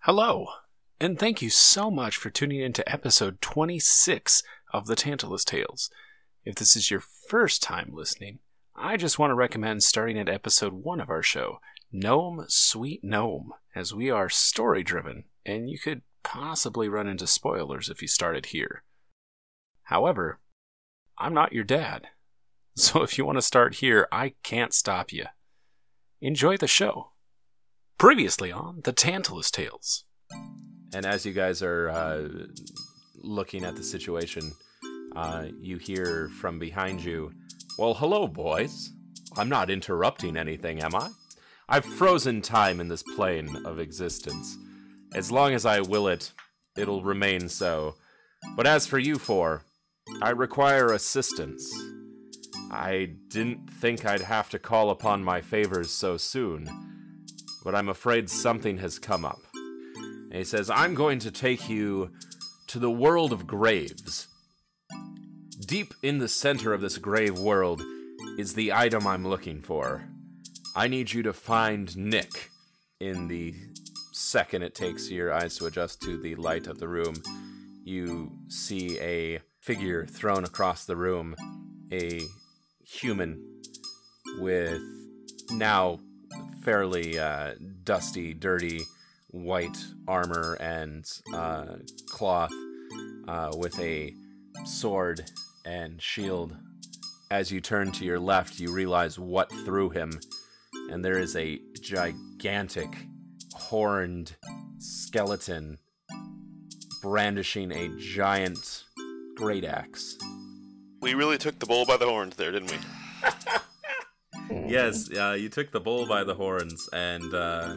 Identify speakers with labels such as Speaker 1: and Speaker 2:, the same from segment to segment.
Speaker 1: Hello, and thank you so much for tuning in to episode 26 of the Tantalus Tales. If this is your first time listening, I just want to recommend starting at episode 1 of our show, Gnome Sweet Gnome, as we are story driven, and you could possibly run into spoilers if you started here. However, I'm not your dad, so if you want to start here, I can't stop you. Enjoy the show. Previously on The Tantalus Tales.
Speaker 2: And as you guys are uh, looking at the situation, uh, you hear from behind you, Well, hello, boys. I'm not interrupting anything, am I? I've frozen time in this plane of existence. As long as I will it, it'll remain so. But as for you four, I require assistance. I didn't think I'd have to call upon my favors so soon, but I'm afraid something has come up. And he says, I'm going to take you to the world of graves. Deep in the center of this grave world is the item I'm looking for. I need you to find Nick in the second it takes your eyes to adjust to the light of the room. You see a figure thrown across the room, a human with now fairly uh, dusty, dirty white armor and uh, cloth uh, with a sword and shield. As you turn to your left, you realize what threw him, and there is a gigantic, horned skeleton brandishing a giant great axe.
Speaker 3: We really took the bull by the horns there, didn't we?
Speaker 2: Yes, uh, you took the bull by the horns, and uh,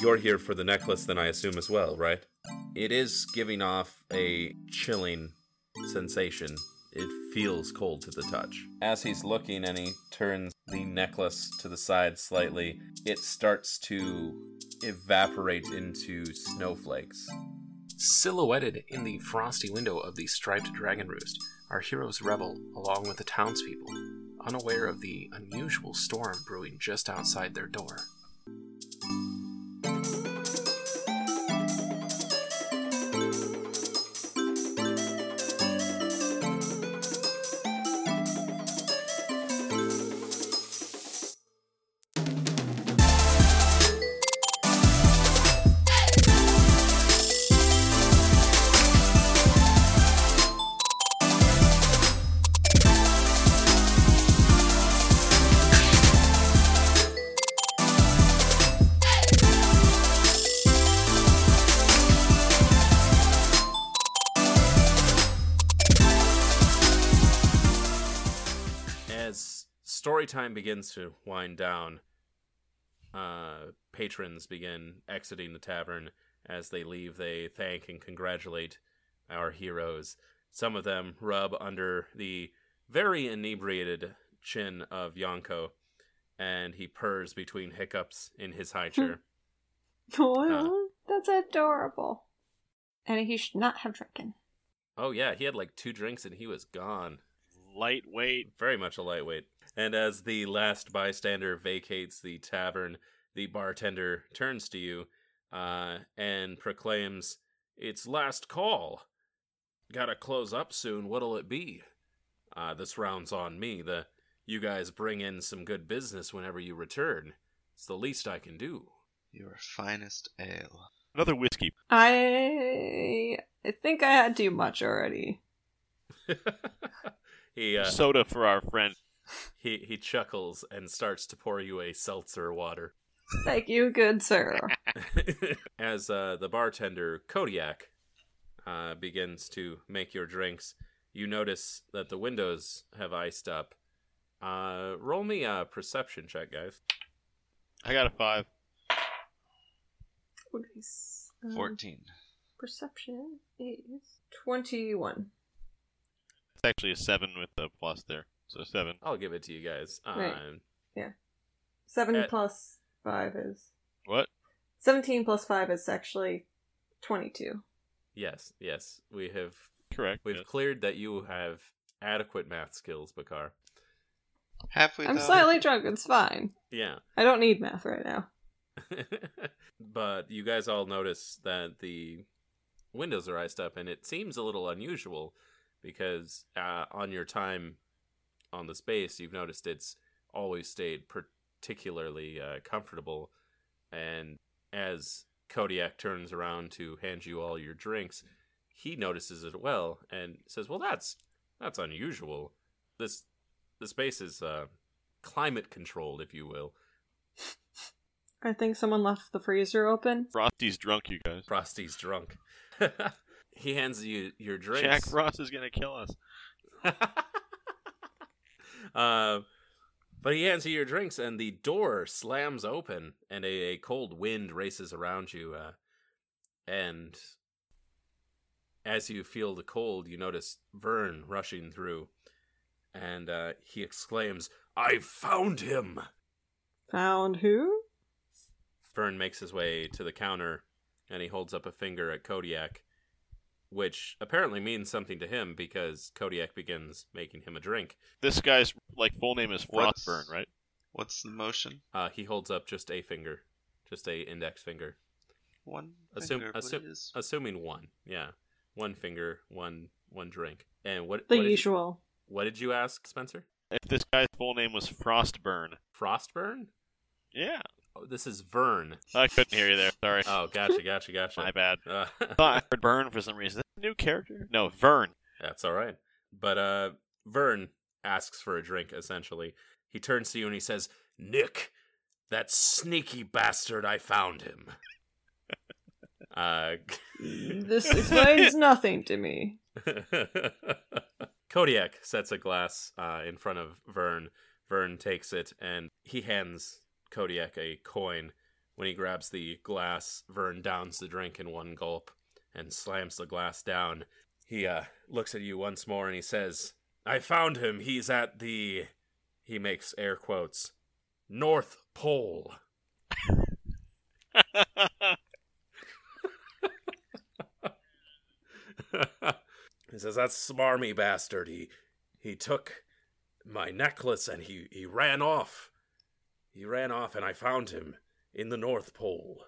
Speaker 2: you're here for the necklace, then I assume as well, right? It is giving off a chilling sensation. It feels cold to the touch. As he's looking and he turns the necklace to the side slightly, it starts to evaporate into snowflakes.
Speaker 1: Silhouetted in the frosty window of the striped dragon roost, our heroes revel along with the townspeople, unaware of the unusual storm brewing just outside their door.
Speaker 2: As story time begins to wind down, uh, patrons begin exiting the tavern. As they leave, they thank and congratulate our heroes. Some of them rub under the very inebriated chin of Yonko, and he purrs between hiccups in his high chair.
Speaker 4: Oh, that's adorable. And he should not have drinking.
Speaker 2: oh, yeah, he had like two drinks and he was gone.
Speaker 5: lightweight.
Speaker 2: very much a lightweight. And as the last bystander vacates the tavern, the bartender turns to you uh, and proclaims, It's last call. Gotta close up soon. What'll it be? Uh, this round's on me. The you guys bring in some good business whenever you return. It's the least I can do.
Speaker 6: Your finest ale.
Speaker 5: Another whiskey.
Speaker 4: I I think I had too much already.
Speaker 2: he uh,
Speaker 5: Soda for our friend.
Speaker 2: he he chuckles and starts to pour you a seltzer water.
Speaker 4: Thank you, good sir.
Speaker 2: As uh, the bartender, Kodiak, uh, begins to make your drinks, you notice that the windows have iced up. Uh, roll me a perception check, guys.
Speaker 5: I got a five.
Speaker 4: What is, um,
Speaker 6: 14.
Speaker 4: Perception is twenty-one.
Speaker 5: It's actually a seven with a plus there. So seven.
Speaker 2: I'll give it to you guys. Um,
Speaker 4: Right. Seven
Speaker 2: Uh,
Speaker 4: plus five is
Speaker 5: What?
Speaker 4: seventeen. Plus five is actually twenty-two.
Speaker 2: Yes, yes, we have
Speaker 5: Correct.
Speaker 2: we've
Speaker 5: yes.
Speaker 2: cleared that you have adequate math skills, Bakar.
Speaker 6: Have we
Speaker 4: I'm
Speaker 6: though?
Speaker 4: slightly drunk. It's fine.
Speaker 2: Yeah.
Speaker 4: I don't need math right now.
Speaker 2: but you guys all notice that the windows are iced up, and it seems a little unusual because uh, on your time on the space, you've noticed it's always stayed particularly uh, comfortable. And as Kodiak turns around to hand you all your drinks, he notices it well and says, "Well, that's that's unusual. This the space is uh, climate controlled, if you will."
Speaker 4: I think someone left the freezer open.
Speaker 5: Frosty's drunk, you guys.
Speaker 2: Frosty's drunk. he hands you your
Speaker 5: Jack
Speaker 2: drinks.
Speaker 5: Frost is gonna kill us.
Speaker 2: uh, but he hands you your drinks, and the door slams open, and a, a cold wind races around you. Uh, and as you feel the cold, you notice Vern rushing through, and uh, he exclaims, "I found him!"
Speaker 4: Found who?
Speaker 2: Vern makes his way to the counter and he holds up a finger at Kodiak, which apparently means something to him because Kodiak begins making him a drink.
Speaker 5: This guy's like full name is
Speaker 6: What's-
Speaker 5: Frostburn, right?
Speaker 6: What's the motion?
Speaker 2: Uh, he holds up just a finger, just a index finger,
Speaker 6: One
Speaker 2: Assume-
Speaker 6: finger,
Speaker 2: assume-
Speaker 6: please.
Speaker 2: assuming one. Yeah, one finger, one one drink. And what
Speaker 4: The
Speaker 2: what did you-
Speaker 4: usual.
Speaker 2: what did you ask, Spencer?
Speaker 5: If this guy's full name was Frostburn,
Speaker 2: Frostburn?
Speaker 5: yeah.
Speaker 2: Oh, this is Vern.
Speaker 5: I couldn't hear you there. Sorry,
Speaker 2: Oh, gotcha, gotcha, gotcha.
Speaker 5: my bad.
Speaker 2: Uh,
Speaker 5: Thought I heard Burn for some reason. Is that a new character? No, Vern.
Speaker 2: That's all right. But uh Vern asks for a drink essentially. He turns to you and he says, "Nick, that sneaky bastard, I found him." uh
Speaker 4: Mm, This explains nothing to me.
Speaker 2: Kodiak sets a glass uh, in front of Vern. Vern takes it and he hands Kodiak a coin. When he grabs the glass, Vern downs the drink in one gulp and slams the glass down. He uh, looks at you once more and he says, I found him. He's at the. He makes air quotes. North Pole. he says, "That smarmy bastard. He he took my necklace and he he ran off. He ran off, and I found him in the North Pole.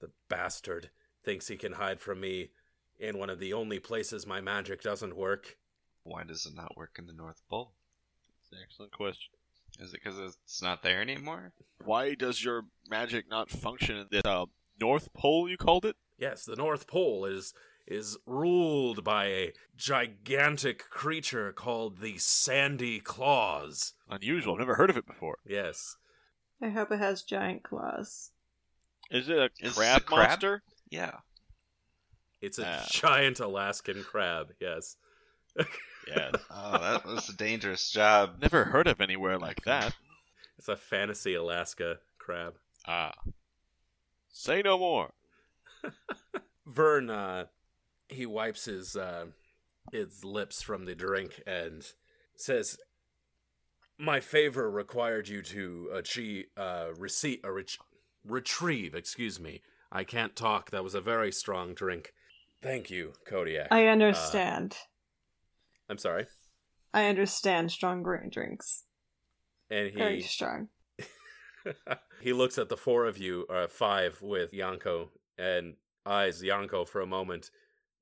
Speaker 2: The bastard thinks he can hide from me in one of the only places my magic doesn't work.
Speaker 6: Why does it not work in the North Pole?
Speaker 5: Excellent question.
Speaker 6: Is it because it's not there anymore?
Speaker 5: Why does your magic not function in this uh, North Pole? You called it.
Speaker 2: Yes, the North Pole is." Is ruled by a gigantic creature called the Sandy Claws.
Speaker 5: Unusual. I've never heard of it before.
Speaker 2: Yes,
Speaker 4: I hope it has giant claws.
Speaker 5: Is it a
Speaker 6: Is this
Speaker 5: crab
Speaker 6: a crab?
Speaker 5: monster?
Speaker 6: Yeah.
Speaker 2: It's a
Speaker 5: Ah.
Speaker 2: giant Alaskan crab. Yes.
Speaker 5: Yes.
Speaker 6: Oh, that was a dangerous job.
Speaker 5: Never heard of anywhere like that.
Speaker 2: It's a fantasy Alaska crab.
Speaker 5: Ah. Say no more.
Speaker 2: Vern, uh, he wipes his uh, his lips from the drink and says, "My favor required you to achieve uh, receipt a ret- retrieve. Excuse me, I can't talk. That was a very strong drink. Thank you, Kodiak.
Speaker 4: I
Speaker 2: Uh,
Speaker 4: understand.
Speaker 2: I'm sorry."
Speaker 4: I understand strong green drinks.
Speaker 2: And he
Speaker 4: Very strong.
Speaker 2: he looks at the four of you, uh, five with Yanko, and eyes Yanko for a moment,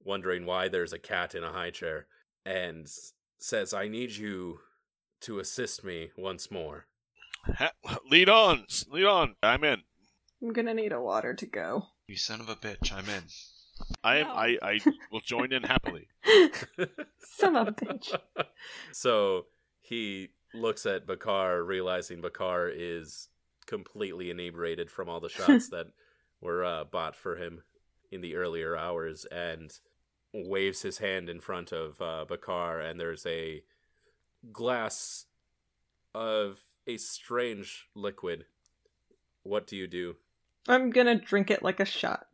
Speaker 2: wondering why there's a cat in a high chair, and s- says, I need you to assist me once more.
Speaker 5: Ha- lead on. Lead on. I'm in.
Speaker 4: I'm gonna need a water to go.
Speaker 6: You son of a bitch, I'm in.
Speaker 5: I am.
Speaker 4: No.
Speaker 5: I, I will join in happily.
Speaker 4: Son of a bitch.
Speaker 2: so he looks at Bakar, realizing Bakar is completely inebriated from all the shots that were uh, bought for him in the earlier hours, and waves his hand in front of uh, Bakar, and there's a glass of a strange liquid. What do you do?
Speaker 4: I'm gonna drink it like a shot.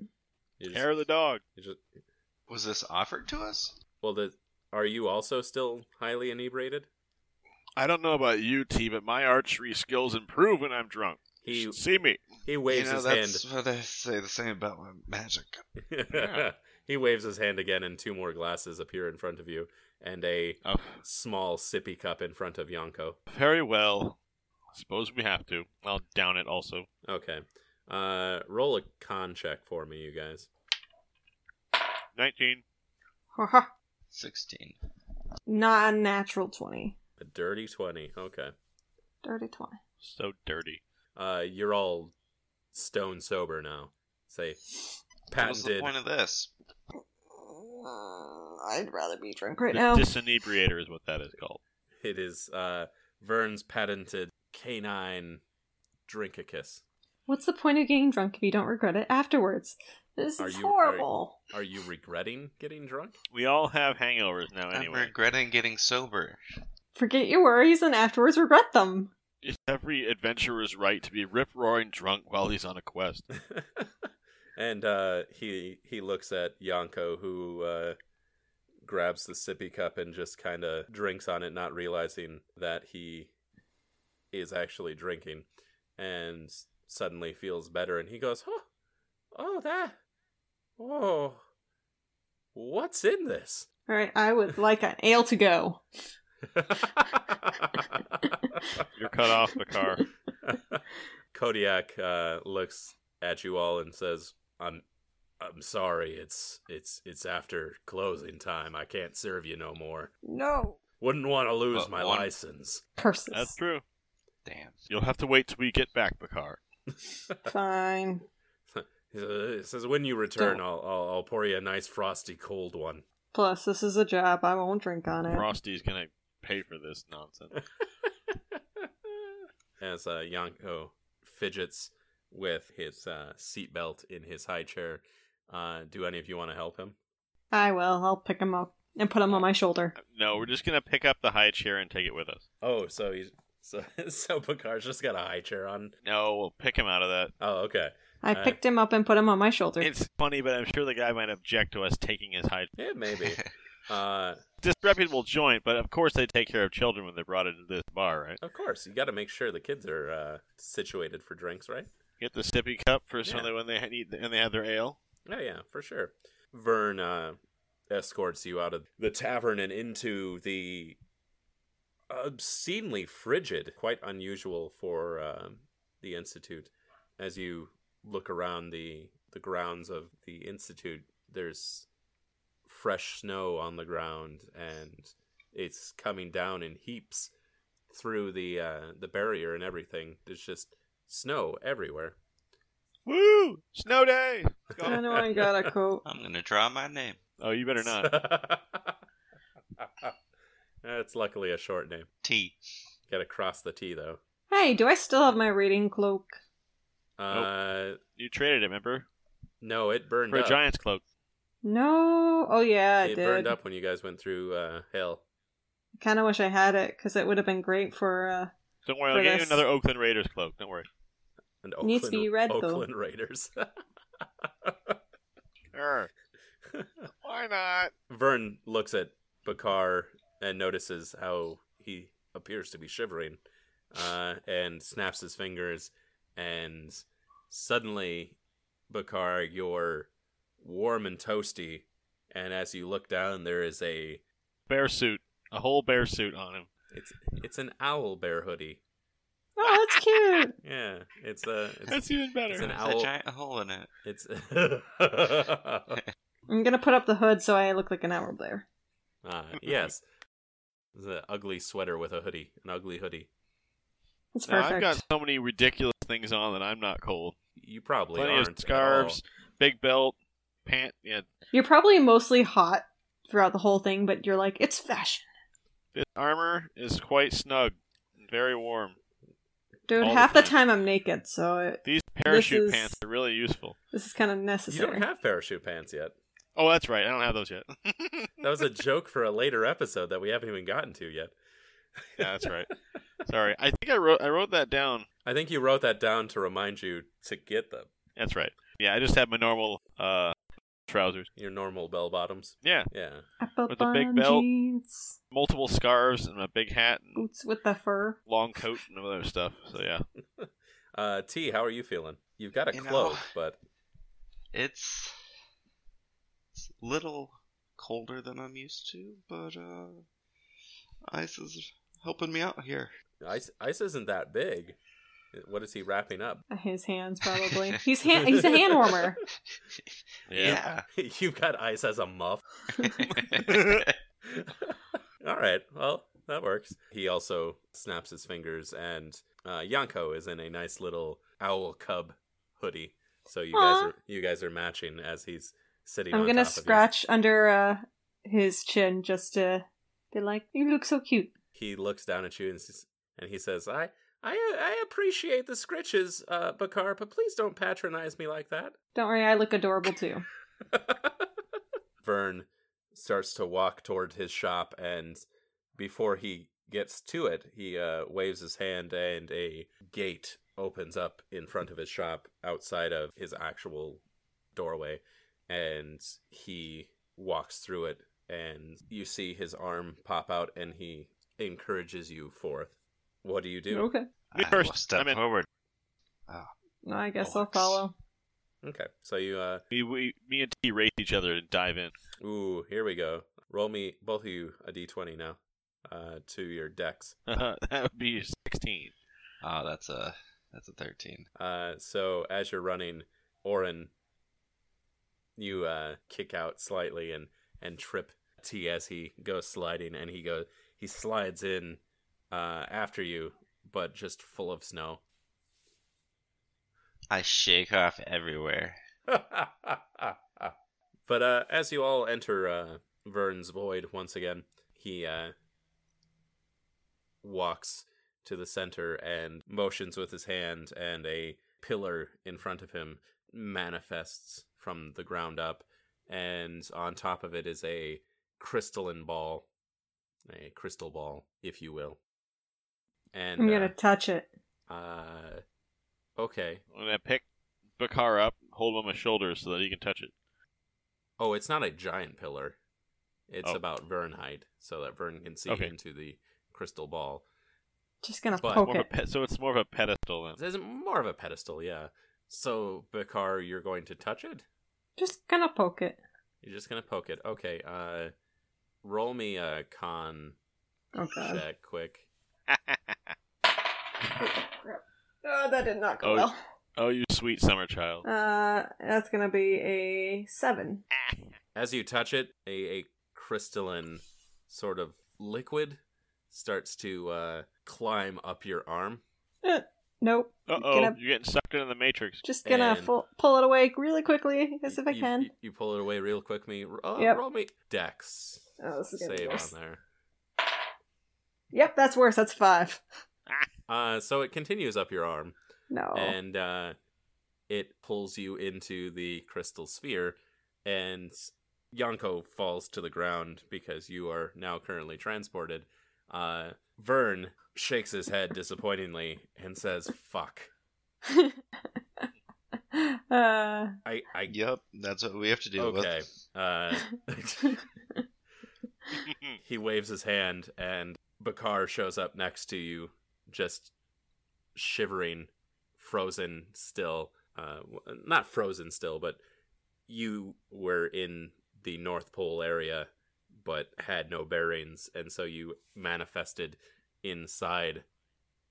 Speaker 2: You just-
Speaker 5: Hair of the dog.
Speaker 2: you just-
Speaker 6: Was this offered to us?
Speaker 2: well, the, are you also still highly inebriated?
Speaker 5: I don't know about you, T, but my archery skills improve when I'm drunk. You
Speaker 2: He
Speaker 5: should see me.
Speaker 2: he waves
Speaker 6: you know,
Speaker 2: his hand.
Speaker 6: that's what they say the same about my magic.
Speaker 5: Yeah.
Speaker 2: he waves his hand again, and two more glasses appear in front of you, and a
Speaker 5: Oh,
Speaker 2: small sippy cup in front of Yonko.
Speaker 5: very well. Suppose we have to. I'll down it also.
Speaker 2: Okay. Uh, roll a con check for me, you guys.
Speaker 5: 19.
Speaker 6: Sixteen.
Speaker 4: non natural 20.
Speaker 2: A dirty twenty. Okay.
Speaker 4: Dirty 20.
Speaker 5: So dirty.
Speaker 2: Uh, you're all stone sober now. Say,
Speaker 6: What was the
Speaker 2: patented.
Speaker 6: point of this?
Speaker 4: Uh, I'd rather be drunk right
Speaker 5: The
Speaker 4: now.
Speaker 5: Disinebriator is what that is called.
Speaker 2: It is uh, Vern's patented canine drinkicus.
Speaker 4: What's the point of getting drunk if you don't regret it afterwards? This
Speaker 2: Are
Speaker 4: is
Speaker 2: you- are-
Speaker 4: horrible.
Speaker 2: Are you regretting getting drunk?
Speaker 5: We all have hangovers now,
Speaker 6: I'm
Speaker 5: anyway.
Speaker 6: regretting getting sober.
Speaker 4: Forget your worries and afterwards regret them.
Speaker 5: It's every adventurer's right to be rip roaring drunk while he's on a quest.
Speaker 2: and uh, he he looks at Yanko, who uh, grabs the sippy cup and just kind of drinks on it, not realizing that he is actually drinking, and suddenly feels better, and he goes, "Oh, oh that, oh, what's in this?"
Speaker 4: All right, I would like an ale to go.
Speaker 5: You're cut off, Makar.
Speaker 2: Kodiak uh, looks at you all and says, "I'm, I'm sorry. It's it's it's after closing time. I can't serve you no more.
Speaker 4: No.
Speaker 2: Wouldn't want to lose
Speaker 6: But
Speaker 2: my
Speaker 6: one-
Speaker 2: license."
Speaker 4: Curses.
Speaker 5: That's true.
Speaker 6: Damn.
Speaker 5: You'll have to wait till we get back, Makar.
Speaker 4: Fine.
Speaker 2: He sa- he says, "When you return,
Speaker 4: Don't.
Speaker 2: I'll, I'll I'll pour you a nice frosty cold one."
Speaker 4: Plus, this is a job. I won't drink on it.
Speaker 5: Frosty's gonna pay for this nonsense.
Speaker 2: As uh, Yanko fidgets with his uh, seatbelt in his high chair, uh, do any of you want to help him?
Speaker 4: I will. I'll pick him up and put him on my shoulder.
Speaker 5: No, we're just gonna pick up the high chair and take it with us.
Speaker 2: Oh, so he's so so Picard's just got a high chair on.
Speaker 5: No, we'll pick him out of that.
Speaker 2: Oh, okay.
Speaker 4: I
Speaker 2: Uh,
Speaker 4: picked him up and put him on my shoulder.
Speaker 5: It's funny, but I'm sure the guy might object to us taking his high
Speaker 2: It may be. uh,
Speaker 5: disreputable joint, but of course they take care of children when they're brought into this bar, right?
Speaker 2: of course, you got to make sure the kids are uh, situated for drinks, right?
Speaker 5: Get the sippy cup for some
Speaker 2: Yeah.
Speaker 5: of the- when they need and they have their ale.
Speaker 2: Oh yeah, for sure. Vern uh, escorts you out of the tavern and into the obscenely frigid, quite unusual for um the institute. As you look around the the grounds of the institute, there's fresh snow on the ground, and it's coming down in heaps through the uh, the barrier and everything. There's just snow everywhere.
Speaker 5: Woo! Snow day. Let's
Speaker 4: I
Speaker 5: go.
Speaker 4: know I got a coat.
Speaker 6: I'm gonna draw my name.
Speaker 5: oh, you better not.
Speaker 2: That's luckily a short name.
Speaker 6: T.
Speaker 2: Gotta cross the T though.
Speaker 4: Hey, do I still have my reading cloak?
Speaker 2: Uh,
Speaker 5: You traded it, remember?
Speaker 2: no, it burned
Speaker 5: For a
Speaker 2: up.
Speaker 5: giant's cloak.
Speaker 4: No. Oh yeah, I
Speaker 2: it
Speaker 4: did.
Speaker 2: burned up when you guys went through uh, hell.
Speaker 4: I kind of wish I had it because it would have been great for. uh
Speaker 5: Don't worry,
Speaker 4: For
Speaker 5: I'll get you
Speaker 4: this.
Speaker 5: another Oakland Raiders cloak. Don't worry.
Speaker 2: And
Speaker 4: It needs to be red, though.
Speaker 2: Oakland Raiders.
Speaker 5: Sure. Why not?
Speaker 2: Vern looks at Bakar and notices how he appears to be shivering, uh, and snaps his fingers, and suddenly, Bakar, you're warm and toasty, and as you look down, there is a
Speaker 5: Bear suit. A whole bear suit on him.
Speaker 2: It's it's an owl bear hoodie.
Speaker 4: Oh, that's cute.
Speaker 2: Yeah, it's a it's,
Speaker 5: That's even better.
Speaker 2: It's an
Speaker 6: There's
Speaker 2: owl.
Speaker 6: a giant hole in it.
Speaker 2: it's
Speaker 4: I'm gonna put up the hood so I look like an hour Blair.
Speaker 2: uh, yes. It's an ugly sweater with a hoodie, an ugly hoodie.
Speaker 4: It's
Speaker 5: Now, I've
Speaker 4: perfect.
Speaker 5: got so many ridiculous things on that I'm not cold.
Speaker 2: You probably
Speaker 5: Plenty
Speaker 2: aren't
Speaker 5: of scarves, big belt, pant. Yeah,
Speaker 4: You're probably mostly hot throughout the whole thing, but you're like, it's fashion.
Speaker 5: this armor is quite snug, and very warm.
Speaker 4: Dude,
Speaker 5: All the
Speaker 4: half the
Speaker 5: time.
Speaker 4: time I'm naked, so it,
Speaker 5: These parachute
Speaker 4: is-
Speaker 5: pants are really useful.
Speaker 4: this is kind of
Speaker 2: at all. You
Speaker 4: necessary.
Speaker 2: don't have parachute pants yet.
Speaker 5: Oh, that's right. I don't have those yet. yeah,
Speaker 2: That was a joke for a later episode that we haven't even gotten to yet.
Speaker 5: that's right. Sorry, I think I wrote I wrote that down.
Speaker 2: I think you wrote that down to remind you to get them.
Speaker 5: That's right. Yeah, I just have my normal uh trousers.
Speaker 2: Your normal bell bottoms.
Speaker 5: Yeah,
Speaker 2: Yeah.
Speaker 4: Apple
Speaker 5: With the big
Speaker 4: bun
Speaker 5: belt.
Speaker 4: jeans,
Speaker 5: multiple scarves and a big hat and
Speaker 4: boots with the fur.
Speaker 5: long coat and other stuff. So yeah,
Speaker 2: Uh, T, how are you feeling? You've got a
Speaker 6: You know-
Speaker 2: cloak, but
Speaker 6: It's it's a little colder than I'm used to, but uh, ice is helping me out here.
Speaker 2: ice ice isn't that big. What is he wrapping up?
Speaker 4: His hands, probably. He's hand, he's a hand warmer.
Speaker 6: Yeah.
Speaker 2: You've got ice as a muff. All right. Well, that works. He also snaps his fingers, and uh, Yanko is in a nice little owl cub hoodie. So you guys
Speaker 4: Aw.
Speaker 2: are you guys are matching as he's sitting.
Speaker 4: I'm
Speaker 2: on
Speaker 4: gonna
Speaker 2: top of you.
Speaker 4: scratch under uh, his chin just to be like, "You look so cute."
Speaker 2: He looks down at you and, s- and he says, "I." I, I appreciate the scritches, uh, Bakar, but please don't patronize me like that.
Speaker 4: Don't worry, I look adorable too.
Speaker 2: Vern starts to walk toward his shop, and before he gets to it, he uh, waves his hand, and a gate opens up in front of his shop outside of his actual doorway, and he walks through it, and you see his arm pop out, and he encourages you forth. What do you do?
Speaker 4: Okay,
Speaker 5: Me
Speaker 6: I
Speaker 5: first.
Speaker 6: will step
Speaker 5: I'm in.
Speaker 6: forward.
Speaker 4: No, I guess I'll
Speaker 6: Bollocks.
Speaker 4: follow.
Speaker 2: Okay, so you uh,
Speaker 5: Me, we, me and T race each other and dive in.
Speaker 2: Ooh, here we go. Roll me, both of you, a d20 now uh, to your decks.
Speaker 5: that would be 16.
Speaker 6: Oh, that's a that's a thirteen.
Speaker 2: Uh, so as you're running, Orin, you uh, kick out slightly and, and trip T as he goes sliding, and he goes he slides in uh, after you, but just full of snow.
Speaker 6: I shake off everywhere.
Speaker 2: but uh, as you all enter uh, Vern's void once again, he uh, walks to the center and motions with his hand, and a pillar in front of him manifests from the ground up, and on top of it is a crystalline ball, a crystal ball, if you will. And
Speaker 4: I'm gonna touch it.
Speaker 2: uh, uh, okay.
Speaker 5: I'm going to pick Bakar up, hold him on my shoulders so that he can touch it.
Speaker 2: Oh, it's not a giant pillar. It's
Speaker 5: Oh.
Speaker 2: about Vern height, so that Vern can see
Speaker 5: Okay.
Speaker 2: into the crystal ball.
Speaker 4: Just gonna
Speaker 2: But-
Speaker 4: poke
Speaker 5: More of a
Speaker 4: it.
Speaker 5: pe- so it's more of a pedestal then.
Speaker 2: There's more of a pedestal, yeah. So, Bakar, you're going to touch it?
Speaker 4: Just gonna poke it.
Speaker 2: You're just gonna poke it. Okay, uh roll me a con
Speaker 4: Oh god.
Speaker 2: check quick.
Speaker 4: Oh, that did not
Speaker 5: go Oh. well. Oh, you sweet summer child.
Speaker 4: Uh, that's gonna be a seven.
Speaker 2: As you touch it, a, a crystalline sort of liquid starts to uh climb up your arm.
Speaker 4: Nope.
Speaker 5: Uh oh,
Speaker 4: Gonna-
Speaker 5: you're getting sucked into the matrix.
Speaker 4: Just gonna
Speaker 2: And-
Speaker 4: full, pull it away really quickly, as if I
Speaker 2: You-
Speaker 4: can.
Speaker 2: You, you pull it away real quick me. Oh,
Speaker 4: Yep.
Speaker 2: roll me Dex.
Speaker 4: Oh, this is gonna be
Speaker 2: Save
Speaker 4: worse.
Speaker 2: on there.
Speaker 4: Yep, that's worse. That's five.
Speaker 2: Uh, so it continues up your arm,
Speaker 4: No.
Speaker 2: and uh, it pulls you into the crystal sphere, and Yanko falls to the ground because you are now currently transported. Uh, Vern shakes his head disappointingly and says, "Fuck,
Speaker 4: uh,
Speaker 2: I, I."
Speaker 6: Yep, that's what we have to deal
Speaker 2: Okay.
Speaker 6: with.
Speaker 2: Uh, he waves his hand, and Bakar shows up next to you, just shivering, frozen still. Uh, w- not frozen still, but you were in the North Pole area, but had no bearings, and so you manifested inside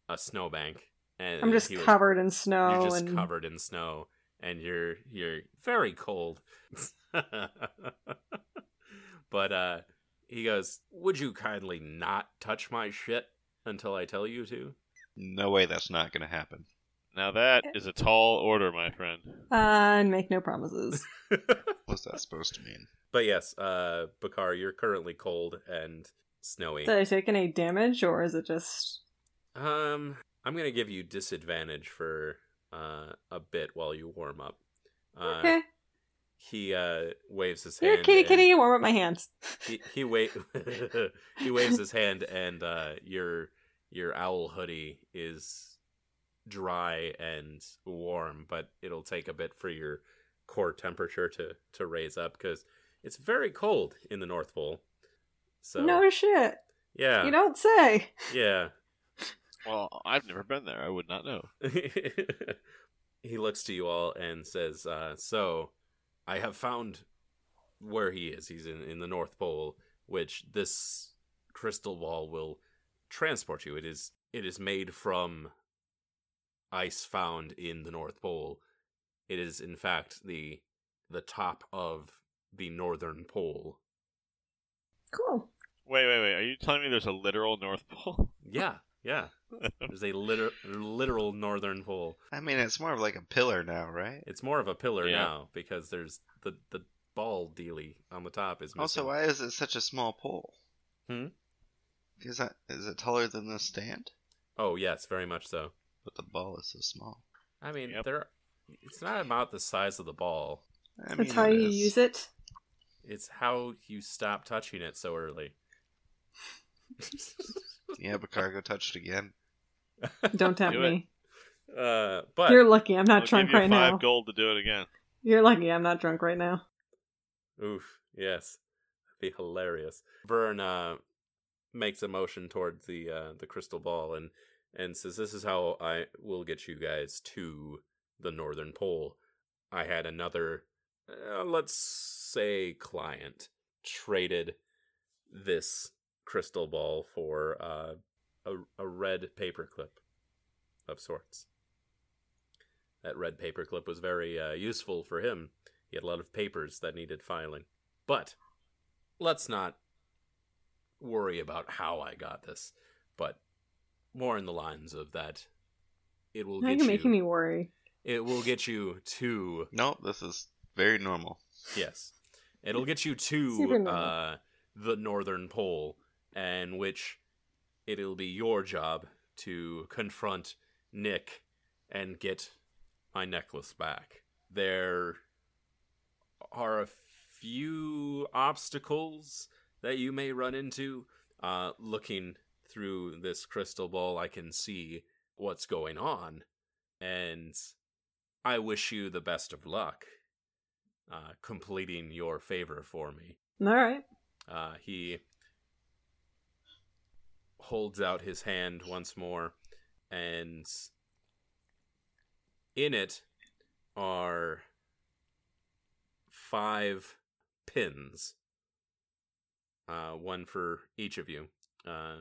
Speaker 2: a snowbank. And
Speaker 4: I'm just
Speaker 2: he was-
Speaker 4: covered in snow.
Speaker 2: You're just
Speaker 4: and
Speaker 2: covered in snow, and you're you're very cold. but uh, he goes, "Would you kindly not touch my shit until I tell you to?"
Speaker 6: No way, that's not going to happen.
Speaker 5: Now that is a tall order, my friend.
Speaker 4: Uh, and make no promises.
Speaker 6: What's that supposed to mean?
Speaker 2: But yes, uh, Bakar, you're currently cold and snowy.
Speaker 4: Did I take any damage, or is it just
Speaker 2: Um, I'm gonna give you disadvantage for uh, a bit while you warm up. Uh,
Speaker 4: okay?
Speaker 2: He uh, waves his
Speaker 4: Here,
Speaker 2: hand.
Speaker 4: kitty,
Speaker 2: and-
Speaker 4: kitty, you warm up my hands.
Speaker 2: he he, wa- he waves his hand and uh, your your owl hoodie is dry and warm but it'll take a bit for your core temperature to to raise up because it's very cold in the north pole so
Speaker 4: No shit.
Speaker 2: yeah
Speaker 4: You don't say.
Speaker 2: yeah
Speaker 5: Well, I've never been there. I would not know.
Speaker 2: he looks to you all and says, uh, "So, I have found where he is. He's in, in the North Pole, which this crystal ball will transport you. It is it is made from ice found in the North Pole. It is in fact the the top of the northern pole.
Speaker 4: Cool.
Speaker 5: Wait, wait, wait. Are you telling me there's a literal North Pole?
Speaker 2: Yeah, yeah. There's a liter- literal northern pole.
Speaker 6: I mean, it's more of like a pillar now, right?
Speaker 2: It's more of a pillar
Speaker 5: Yeah.
Speaker 2: now because there's the the ball dealy on the top is missing.
Speaker 6: Also, why is it such a small pole?
Speaker 2: Hmm?
Speaker 6: Is that is it taller than the stand?
Speaker 2: Oh yes, very much so.
Speaker 6: But the ball is so small.
Speaker 2: I mean,
Speaker 5: Yep.
Speaker 2: there. It's not about the size of the ball.
Speaker 6: I
Speaker 4: That's how you use it.
Speaker 2: It's how you stop touching it so early.
Speaker 6: Yeah, but cargo touched again.
Speaker 4: Don't tempt
Speaker 5: Do it.
Speaker 4: me.
Speaker 2: Uh, but
Speaker 4: You're lucky I'm not
Speaker 5: I'll
Speaker 4: drunk
Speaker 5: give you
Speaker 4: right
Speaker 5: five
Speaker 4: now.
Speaker 5: gold to do it again.
Speaker 4: You're lucky I'm not drunk right now.
Speaker 2: Oof, yes. That'd be hilarious. Vern uh, makes a motion towards the uh, the crystal ball and and says, "This is how I will get you guys to the northern pole." I had another, uh, let's say, client traded this crystal ball for uh, a a red paperclip of sorts. That red paperclip was very uh, useful for him. He had a lot of papers that needed filing. But let's not worry about how I got this, but more in the lines of that it will
Speaker 4: now
Speaker 2: get
Speaker 4: you're
Speaker 2: you
Speaker 4: making me worry.
Speaker 2: it will get you to
Speaker 6: Nope, this is very normal.
Speaker 2: yes it'll get you
Speaker 4: Super
Speaker 2: to
Speaker 4: normal.
Speaker 2: uh, the northern pole and which it'll be your job to confront nick and get my necklace back there are a few obstacles that you may run into uh, looking through this crystal ball i can see what's going on and i wish you the best of luck uh, completing your favor for me.
Speaker 4: All right.
Speaker 2: Uh, he holds out his hand once more, and in it are five pins, uh, one for each of you. Uh,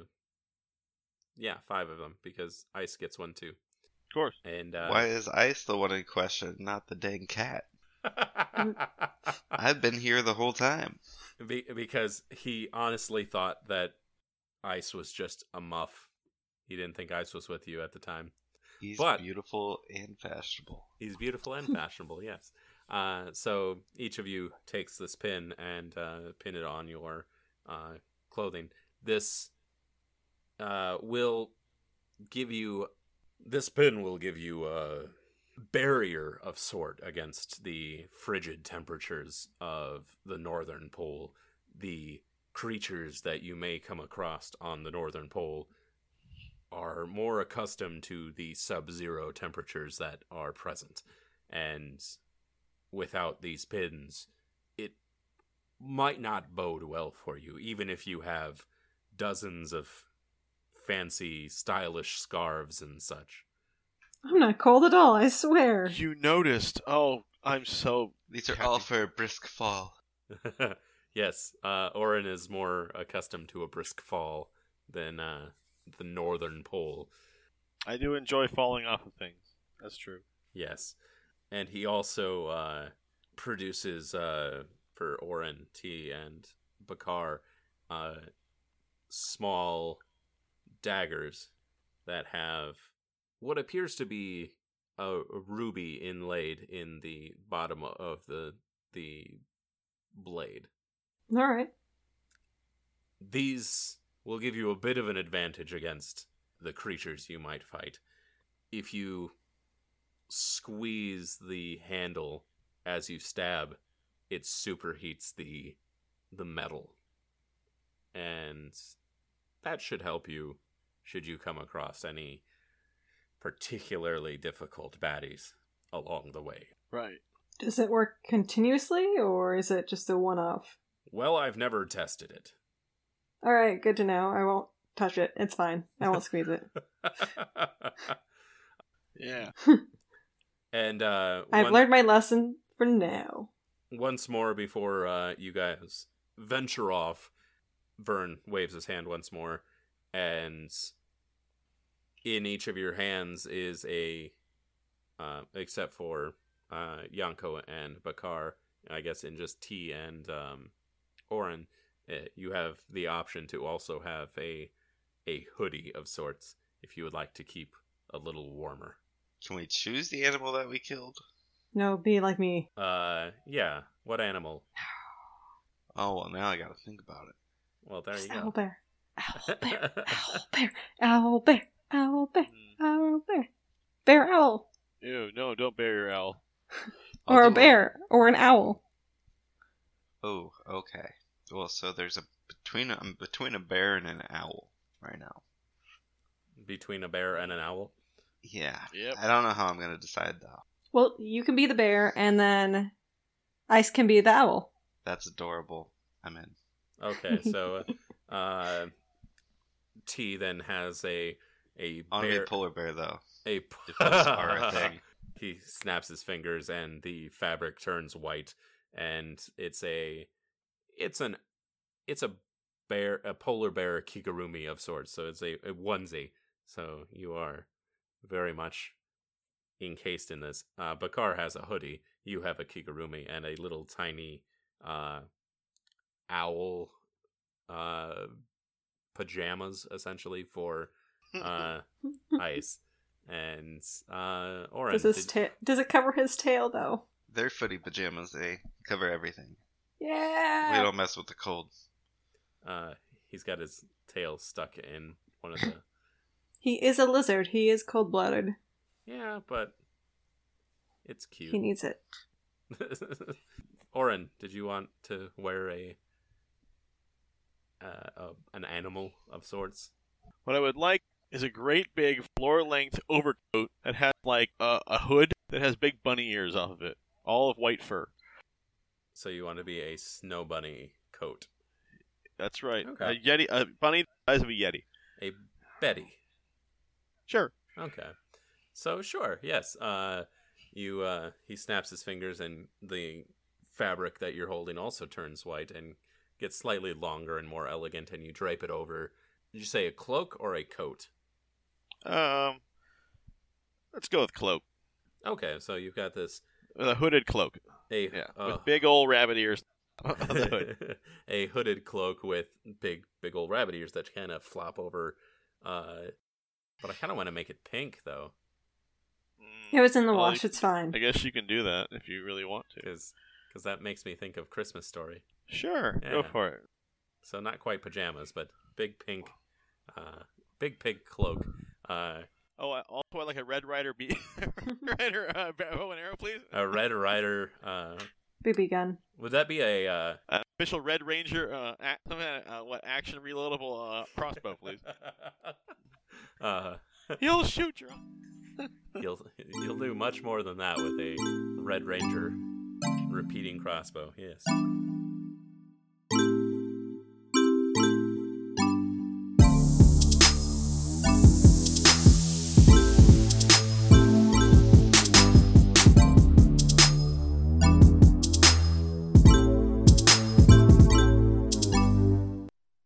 Speaker 2: yeah, five of them, because Ice gets one too.
Speaker 5: Of course.
Speaker 2: And uh,
Speaker 6: why is Ice the one in question, not the dang cat? I've been here the whole time.
Speaker 2: Be- because he honestly thought that Ice was just a muff. He didn't think Ice was with you at the time.
Speaker 6: He's
Speaker 2: But-
Speaker 6: beautiful and fashionable.
Speaker 2: He's beautiful and fashionable, yes. Uh, so each of you takes this pin and uh, pin it on your uh, clothing. This uh, will give you. This pin will give you a barrier of sort against the frigid temperatures of the northern pole. The creatures that you may come across on the northern pole are more accustomed to the sub-zero temperatures that are present and without these pins it might not bode well for you even if you have dozens of fancy stylish scarves and such
Speaker 4: I'm not cold at all, I swear.
Speaker 5: You noticed. Oh, I'm so.
Speaker 6: These are all for a brisk fall.
Speaker 2: yes uh, orin is more accustomed to a brisk fall than uh, the northern pole
Speaker 5: I do enjoy falling off of things. That's true.
Speaker 2: Yes. And he also uh, produces uh, for Oren T and Bakar uh, small daggers that have what appears to be a ruby inlaid in the bottom of the the blade.
Speaker 4: All right.
Speaker 2: These will give you a bit of an advantage against the creatures you might fight. If you squeeze the handle as you stab, it superheats the the metal. And that should help you should you come across any particularly difficult baddies along the way.
Speaker 5: Right.
Speaker 4: Does it work continuously or is it just a one off?
Speaker 2: Well, I've never tested it.
Speaker 4: All right, good to know. I won't touch it. It's fine. I won't squeeze it.
Speaker 5: Yeah.
Speaker 2: and uh
Speaker 4: I've
Speaker 2: one-
Speaker 4: learned my lesson for now.
Speaker 2: once more before uh, you guys venture off, Vern waves his hand once more, and in each of your hands is a uh, except for uh, Yanko and Bakar. I guess in just T and um, Oren, eh, you have the option to also have a a hoodie of sorts if you would like to keep a little warmer.
Speaker 6: Can we choose the animal that we killed?
Speaker 4: No, be like me.
Speaker 2: Uh, yeah. What animal?
Speaker 6: Oh well, now I gotta think about it.
Speaker 2: Well, there you
Speaker 4: It's
Speaker 2: go.
Speaker 4: owlbear. Owlbear. Owlbear. Owlbear. Owlbear. Owlbear. Bear owl.
Speaker 5: Ew, no, don't bear your owl.
Speaker 6: I'll
Speaker 4: Or a
Speaker 6: do
Speaker 4: bear. Or an owl.
Speaker 6: Oh, okay. Well, so there's a between a, I'm between a bear and an owl right now.
Speaker 2: Between a bear and an owl.
Speaker 6: Yeah.
Speaker 5: Yep.
Speaker 6: I don't know how I'm gonna decide though.
Speaker 4: Well, you can be the bear, and then Ice can be the owl.
Speaker 6: That's adorable. I'm in.
Speaker 2: Okay, so uh, T then has a a
Speaker 6: I want to be
Speaker 2: bear
Speaker 6: a polar bear though.
Speaker 2: a
Speaker 6: If those are a thing.
Speaker 2: he snaps his fingers and the fabric turns white and it's a it's an it's a bear a polar bear kigurumi of sorts so it's a, a onesie so you are very much encased in this uh bakar has a hoodie you have a kigurumi and a little tiny uh owl uh pajamas essentially for uh ice and uh orange
Speaker 4: Does, his ta- does it cover his tail, though?
Speaker 6: They're footy pajamas. They cover everything. We
Speaker 4: Yeah.
Speaker 6: don't mess with the cold.
Speaker 2: uh he's got his tail stuck in one of the
Speaker 4: He is a lizard. He is cold blooded.
Speaker 2: yeah but it's
Speaker 4: He
Speaker 2: cute
Speaker 4: needs it.
Speaker 2: oren did you want to wear a uh, a, an animal of sorts
Speaker 5: What I would like is a great big floor length overcoat that has like a, a hood that has big bunny ears off of it, all of white fur.
Speaker 2: so you want to be a snow bunny coat
Speaker 5: That's right.
Speaker 2: Okay.
Speaker 5: A yeti, a bunny the size of a yeti.
Speaker 2: a betty
Speaker 5: Sure.
Speaker 2: Okay. So sure, yes. Uh you uh he snaps his fingers and the fabric that you're holding also turns white and gets slightly longer and more elegant and you drape it over did you say a cloak or a coat?
Speaker 5: Um, let's go with cloak,
Speaker 2: Okay, so you've got this
Speaker 5: with a hooded cloak.
Speaker 2: a
Speaker 5: Yeah,
Speaker 2: uh,
Speaker 5: with big old rabbit ears on the hood.
Speaker 2: a hooded cloak with big big old rabbit ears that kind of flop over uh but I kind of want to make it pink though
Speaker 4: It was in the
Speaker 5: Well,
Speaker 4: wash.
Speaker 5: you-
Speaker 4: It's fine.
Speaker 5: Mm. I guess you can do that if you really want to.
Speaker 2: cuz cuz that makes me think of Christmas story.
Speaker 5: Sure, go
Speaker 2: Yeah.
Speaker 5: for it.
Speaker 2: so not quite pajamas, but big pink, uh, big pink cloak. Uh,
Speaker 5: Oh, I also want like a Red Rider, be- Rider uh, bow and arrow, please.
Speaker 2: a Red Rider. Uh,
Speaker 4: BB gun.
Speaker 2: would that be a? Uh...
Speaker 5: Uh, official Red Ranger, uh, ac- uh, what action reloadable uh, crossbow, please?
Speaker 2: uh,
Speaker 5: He'll shoot you.
Speaker 2: you'll you'll do much more than that with a Red Ranger repeating crossbow. Yes.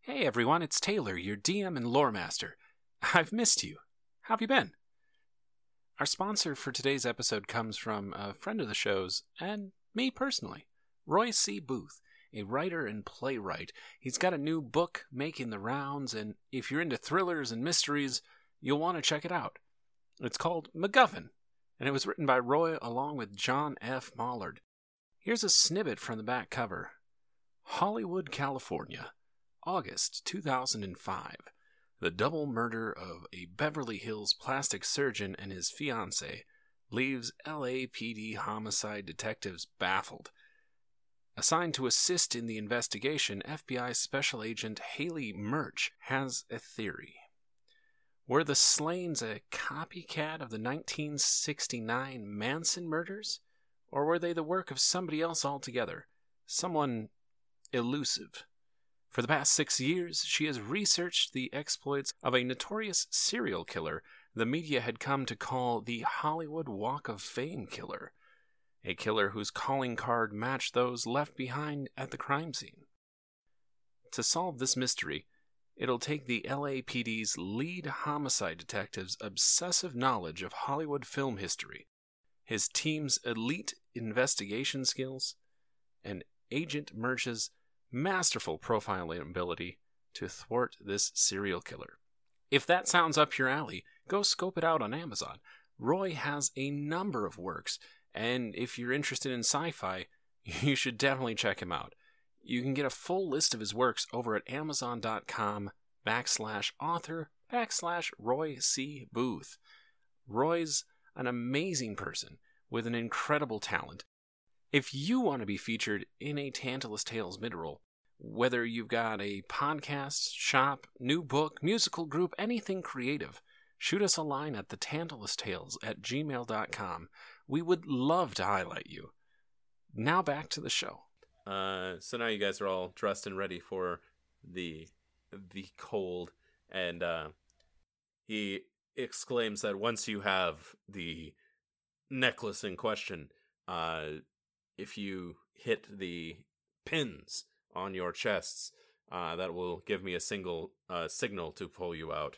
Speaker 1: Hey everyone, it's Taylor, your DM and lore master. I've missed you. How have you been? Our sponsor for today's episode comes from a friend of the show's and me personally, Roy C. Booth, a writer and playwright. He's got a new book making the rounds, and if you're into thrillers and mysteries, you'll want to check it out. It's called MacGuffin, and it was written by Roy along with John F. Mollard. Here's a snippet from the back cover Hollywood, California. August 2005. The double murder of a Beverly Hills plastic surgeon and his fiancee leaves LAPD homicide detectives baffled. Assigned to assist in the investigation, FBI Special Agent Haley Murch has a theory. Were the slains a copycat of the 1969 Manson murders? Or were they the work of somebody else altogether? Someone elusive. For the past six years, she has researched the exploits of a notorious serial killer the media had come to call the Hollywood Walk of Fame killer, a killer whose calling card matched those left behind at the crime scene. To solve this mystery, it'll take the LAPD's lead homicide detective's obsessive knowledge of Hollywood film history his team's elite investigation skills, and Agent Murch's masterful profiling ability to thwart this serial killer. If that sounds up your alley, go scope it out on Amazon. Roy has a number of works, and if you're interested in sci fi, you should definitely check him out. You can get a full list of his works over at amazon.com backslash author backslash Roy C. Booth. Roy's an amazing person with an incredible talent. If you want to be featured in a Tantalus Tales midroll, whether you've got a podcast, shop, new book, musical group, anything creative, shoot us a line at the tantalustales at gmail.com. We would love to highlight you. Now back to the show.
Speaker 2: Uh, so now you guys are all dressed and ready for the the cold, and uh, he exclaims that once you have the necklace in question, uh, if you hit the pins on your chests, uh, that will give me a single uh, signal to pull you out.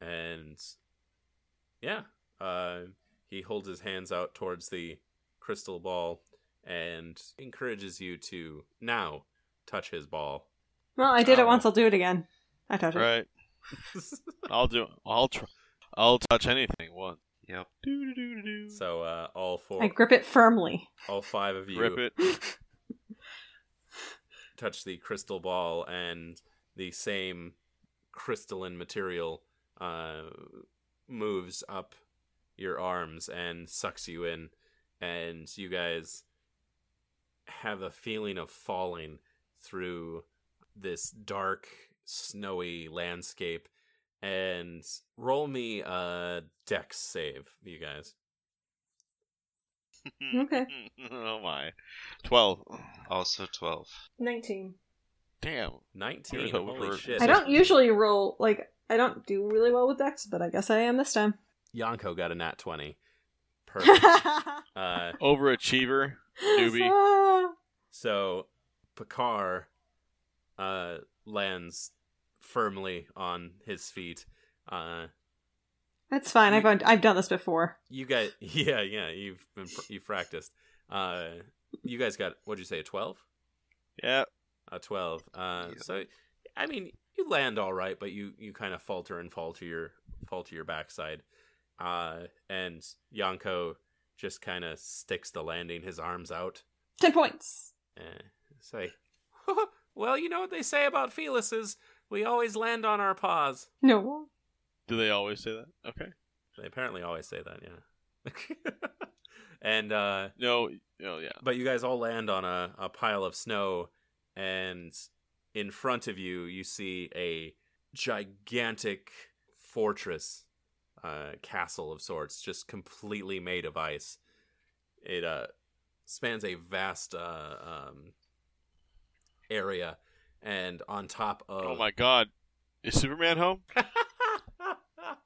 Speaker 2: And yeah, uh, he holds his hands out towards the crystal ball and encourages you to now touch his ball.
Speaker 4: Well, I did it
Speaker 2: Oh.
Speaker 4: once. I'll do it again. I touch it.
Speaker 5: Right. I'll do. I'll try. I'll touch anything once.
Speaker 6: Yep.
Speaker 5: Doo-doo-doo-doo-doo.
Speaker 2: so uh, all four,
Speaker 4: I grip it firmly.
Speaker 2: all five of you
Speaker 5: Rip it.
Speaker 2: touch the crystal ball, and the same crystalline material uh, moves up your arms and sucks you in, and you guys have a feeling of falling through this dark, snowy landscape. And roll me a dex save, you guys.
Speaker 4: Okay.
Speaker 5: oh my. Twelve.
Speaker 6: Also 12.
Speaker 4: 19.
Speaker 5: Damn.
Speaker 2: 19.
Speaker 5: Here's what we've
Speaker 2: Holy
Speaker 5: heard.
Speaker 2: shit.
Speaker 4: I don't usually roll, like, I don't do really well with decks, but I guess I am this time.
Speaker 2: Yonko got a nat 20. Perfect.
Speaker 4: Newbie.
Speaker 2: uh,
Speaker 5: Overachiever. Newbie.
Speaker 4: Ah,
Speaker 2: so Picard uh, lands firmly on his feet. Uh,
Speaker 4: That's fine. I've, I've done this before.
Speaker 2: you guys, yeah, yeah, you've been, pr- you've practiced. Uh, you guys got what'd you say? A twelve?
Speaker 5: Yeah.
Speaker 2: A twelve. Uh,
Speaker 6: Yeah.
Speaker 2: So, I mean, you land all right, but you you kind of falter and fall to your fall to your backside. Uh, and Yanko just kind of sticks the landing, his arms out,
Speaker 4: 10 points.
Speaker 2: Uh, say, well, you know what they say about felises. We always land on our paws.
Speaker 4: No.
Speaker 5: Do they always say that? Okay.
Speaker 2: They apparently always say that, yeah. and uh,
Speaker 5: No. Oh yeah.
Speaker 2: but you guys all land on a, a pile of snow, and in front of you, you see a gigantic fortress, uh, castle of sorts, just completely made of ice. It uh, spans a vast uh, um, area, and on top of
Speaker 5: Oh my God. Is Superman home?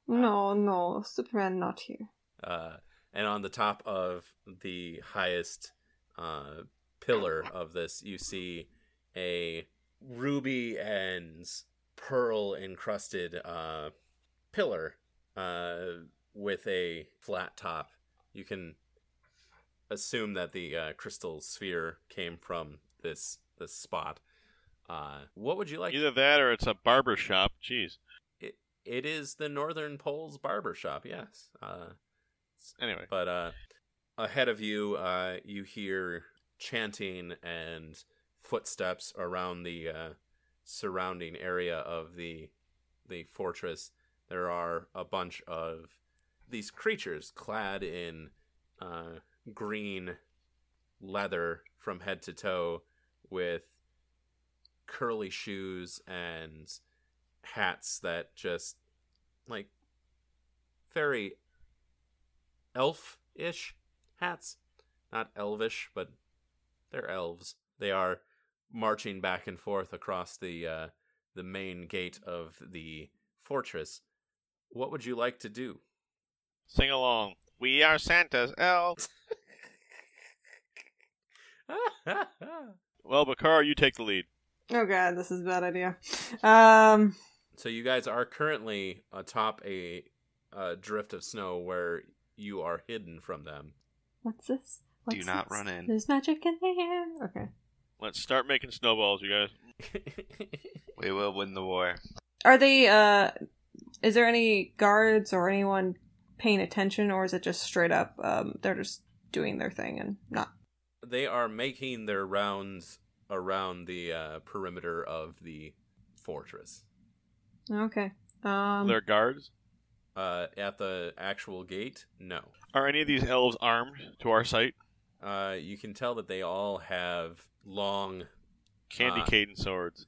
Speaker 4: No, no. Superman not here.
Speaker 2: uh, and on the top of the highest uh, pillar of this, you see a ruby and pearl encrusted uh, pillar uh, with a flat top. You can assume that the uh, crystal sphere came from this this spot. Uh, what would you like?
Speaker 5: Either that or it's a barber shop. Jeez.
Speaker 2: It, it is the Northern Pole's barber shop. Yes. Uh,
Speaker 5: Anyway.
Speaker 2: but uh, ahead of you, uh, you hear chanting and footsteps around the uh, surrounding area of the the fortress. There are a bunch of these creatures clad in uh, green leather from head to toe, with curly shoes and hats that just like very elf ish hats. Not elvish, but they're elves. They are marching back and forth across the uh, the main gate of the fortress. What would you like to do?
Speaker 5: Sing along. We are Santa's elves. Well, Bakar, you take the lead.
Speaker 4: Oh, God. This is a bad idea. Um,
Speaker 2: so you guys are currently atop a, uh drift of snow where you are hidden from them.
Speaker 4: What's this?
Speaker 6: Do
Speaker 4: What's
Speaker 6: not
Speaker 4: this?
Speaker 6: run in.
Speaker 4: There's magic in the air. Okay.
Speaker 5: Let's start making snowballs, you guys.
Speaker 6: We will win the war.
Speaker 4: Are they? uh Is there any guards or anyone paying attention, or is it just straight up? um They're just doing their thing and not.
Speaker 2: they are making their rounds around the uh, perimeter of the fortress.
Speaker 4: Okay. Um.
Speaker 5: They're guards.
Speaker 2: Uh, at the actual gate, no.
Speaker 5: Are any of these elves armed to our sight?
Speaker 2: Uh, you can tell that they all have long.
Speaker 5: Candy
Speaker 2: Uh,
Speaker 5: cane swords.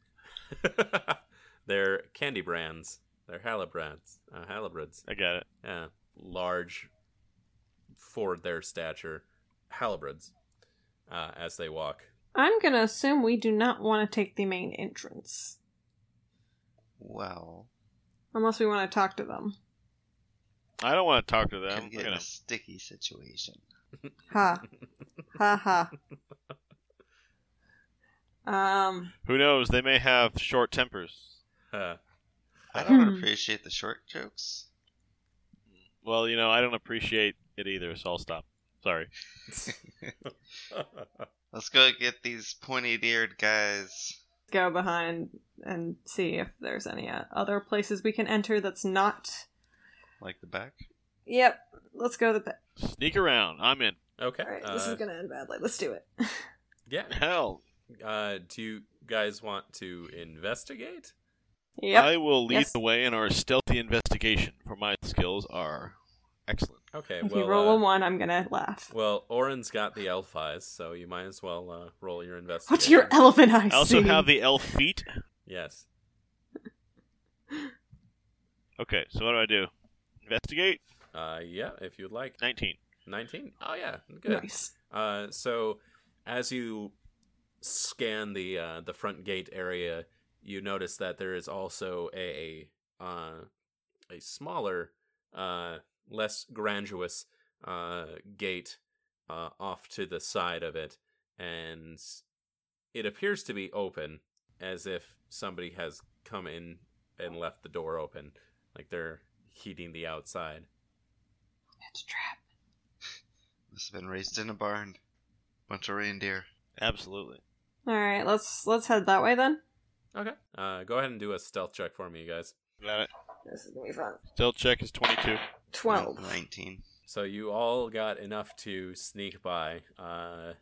Speaker 2: they're candy brands. They're halibrands. Uh, halibrids.
Speaker 5: I got it.
Speaker 2: Yeah, large for their stature halibrids uh, as they walk.
Speaker 4: I'm gonna assume we do not want to take the main entrance
Speaker 6: Well,
Speaker 4: unless we want to talk to them.
Speaker 5: I don't want to talk to
Speaker 6: could
Speaker 5: them.
Speaker 6: get
Speaker 5: We're
Speaker 6: in
Speaker 5: gonna-
Speaker 6: a sticky situation.
Speaker 4: Ha. ha ha. Um.
Speaker 5: Who knows? They may have short tempers.
Speaker 2: Uh,
Speaker 6: I don't
Speaker 4: Hmm.
Speaker 6: appreciate the short jokes.
Speaker 5: Well, you know, I don't appreciate it either, so I'll stop. Sorry.
Speaker 6: Let's go get these pointy-eared guys.
Speaker 4: go behind and see if there's any uh, other places we can enter that's not.
Speaker 6: Like the back.
Speaker 4: Yep, let's go to the.
Speaker 5: Sneak around. I'm in.
Speaker 2: okay.
Speaker 4: All right, this
Speaker 2: Uh,
Speaker 4: is gonna end badly. Let's do it.
Speaker 2: yeah.
Speaker 5: Hell.
Speaker 2: Uh, do you guys want to investigate?
Speaker 4: yep.
Speaker 5: I will lead
Speaker 4: Yes.
Speaker 5: the way in our stealthy investigation, for my skills are excellent.
Speaker 2: Okay.
Speaker 4: if
Speaker 2: well,
Speaker 4: you roll
Speaker 2: uh,
Speaker 4: a one, I'm gonna laugh.
Speaker 2: well, Oren's got the elf eyes, so you might as well uh, roll your investigation.
Speaker 4: What's your elephant eyes?
Speaker 5: I also have the elf feet.
Speaker 2: Yes.
Speaker 5: Okay, so what do I do? Investigate?
Speaker 2: Uh, yeah. If you'd like,
Speaker 5: 19.
Speaker 2: nineteen. Oh yeah, good.
Speaker 4: Nice.
Speaker 2: Uh, so as you scan the uh, the front gate area, you notice that there is also a uh, a smaller, uh, less grandiose uh, gate uh, off to the side of it, and it appears to be open, as if somebody has come in and left the door open, like they're heating the outside.
Speaker 4: It's a trap.
Speaker 6: Must have been raised in a barn. Bunch of reindeer.
Speaker 5: Absolutely.
Speaker 4: All right, let's let's head that way then.
Speaker 2: Okay. Uh, go ahead and do a stealth check for me, you guys.
Speaker 5: Got it.
Speaker 4: This is gonna be fun.
Speaker 5: Stealth check is 22.
Speaker 4: Twelve.
Speaker 6: Nineteen.
Speaker 2: So you all got enough to sneak by, uh,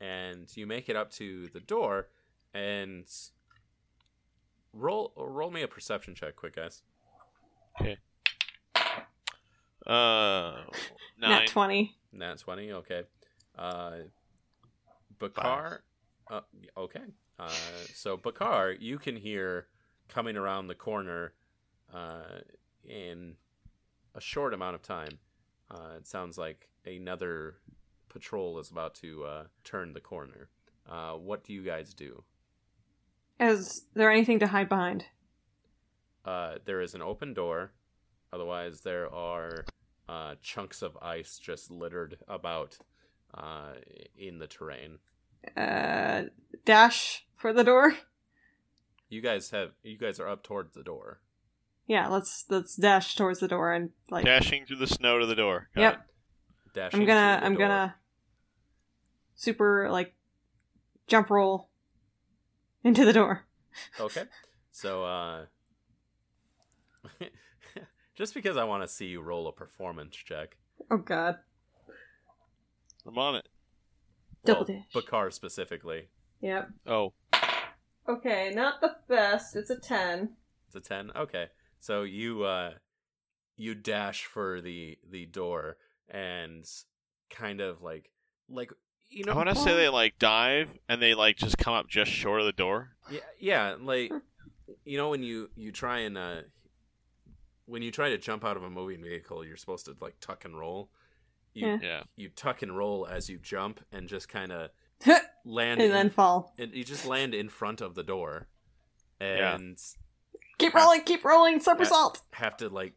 Speaker 2: and you make it up to the door, and roll roll me a perception check, quick guys.
Speaker 5: Uh,
Speaker 4: Not
Speaker 5: nine.
Speaker 4: twenty.
Speaker 2: Nat twenty, okay. Uh, Bakar, uh, okay. Uh, so Bakar, you can hear coming around the corner uh, in a short amount of time. Uh, it sounds like another patrol is about to uh, turn the corner. Uh, what do you guys do?
Speaker 4: Is there anything to hide behind?
Speaker 2: Uh, there is an open door. Otherwise, there are uh, chunks of ice just littered about uh, in the terrain.
Speaker 4: Uh, dash for the door.
Speaker 2: You guys have you guys are up towards the door.
Speaker 4: Yeah, let's let's dash towards the door and like.
Speaker 5: Dashing through the snow to the door. Got
Speaker 4: Yep.
Speaker 5: it.
Speaker 2: Dashing
Speaker 4: I'm gonna
Speaker 2: through the
Speaker 4: I'm
Speaker 2: door.
Speaker 4: gonna super like jump roll into the door.
Speaker 2: Okay. So uh just because I want to see you roll a performance check.
Speaker 4: Oh god.
Speaker 5: I'm on it.
Speaker 4: Double
Speaker 2: well,
Speaker 4: dash.
Speaker 2: Bakar specifically.
Speaker 4: Yep.
Speaker 5: Oh,
Speaker 4: Okay, not the best. It's a ten.
Speaker 2: It's a 10. Okay. So you uh you dash for the the door and kind of like like you know
Speaker 5: I want to say they like dive and they like just come up just short of the door.
Speaker 2: yeah, yeah like you know when you you try and uh when you try to jump out of a moving vehicle you're supposed to like tuck and roll you
Speaker 4: Yeah.
Speaker 5: Yeah.
Speaker 2: you tuck and roll as you jump and just kind of
Speaker 4: and
Speaker 2: land in-
Speaker 4: then fall.
Speaker 2: and you just land in front of the door
Speaker 5: Yeah.
Speaker 2: and
Speaker 4: Keep rolling, keep rolling, somersault.
Speaker 2: have to like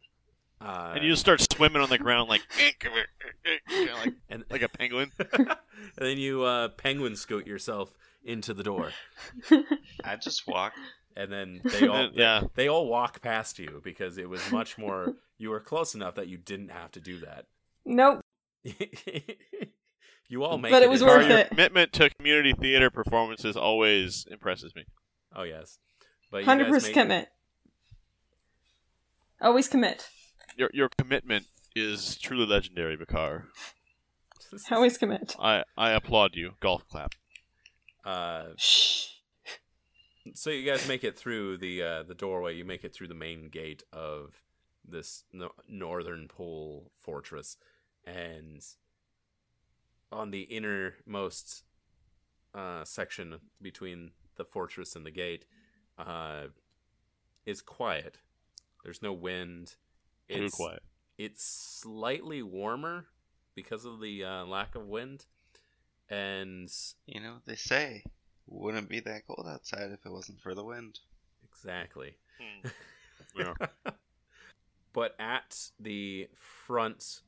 Speaker 2: uh
Speaker 5: And you just start swimming on the ground like, "Eh, come here, eh, eh," you know, like,
Speaker 2: and,
Speaker 5: like a penguin.
Speaker 2: and then you uh penguin scoot yourself into the door
Speaker 6: I just walk.
Speaker 2: and then they all
Speaker 5: yeah.
Speaker 2: they all walk past you because it was much more you were close enough that you didn't have to do that
Speaker 4: Nope.
Speaker 2: You all make
Speaker 4: But
Speaker 2: it.
Speaker 4: it was
Speaker 2: in.
Speaker 4: worth
Speaker 5: Carl, your
Speaker 4: it.
Speaker 5: commitment to community theater performances always impresses me.
Speaker 2: Oh yes. But you guys
Speaker 4: Hundred percent
Speaker 2: make it.
Speaker 4: commit. Always commit.
Speaker 5: Your your commitment is truly legendary, Bakar.
Speaker 4: Always commit.
Speaker 5: I I applaud you. Golf clap.
Speaker 2: Uh,
Speaker 4: Shh.
Speaker 2: so you guys make it through the uh, the doorway. You make it through the main gate of this no- northern pool fortress, and on the innermost uh, section between the fortress and the gate uh, is quiet. There's no wind.
Speaker 5: Too quiet.
Speaker 2: It's slightly warmer because of the uh, lack of wind, and
Speaker 6: You know, they say wouldn't be that cold outside if it wasn't for the wind.
Speaker 2: exactly.
Speaker 3: Hmm.
Speaker 5: Yeah.
Speaker 2: but at the front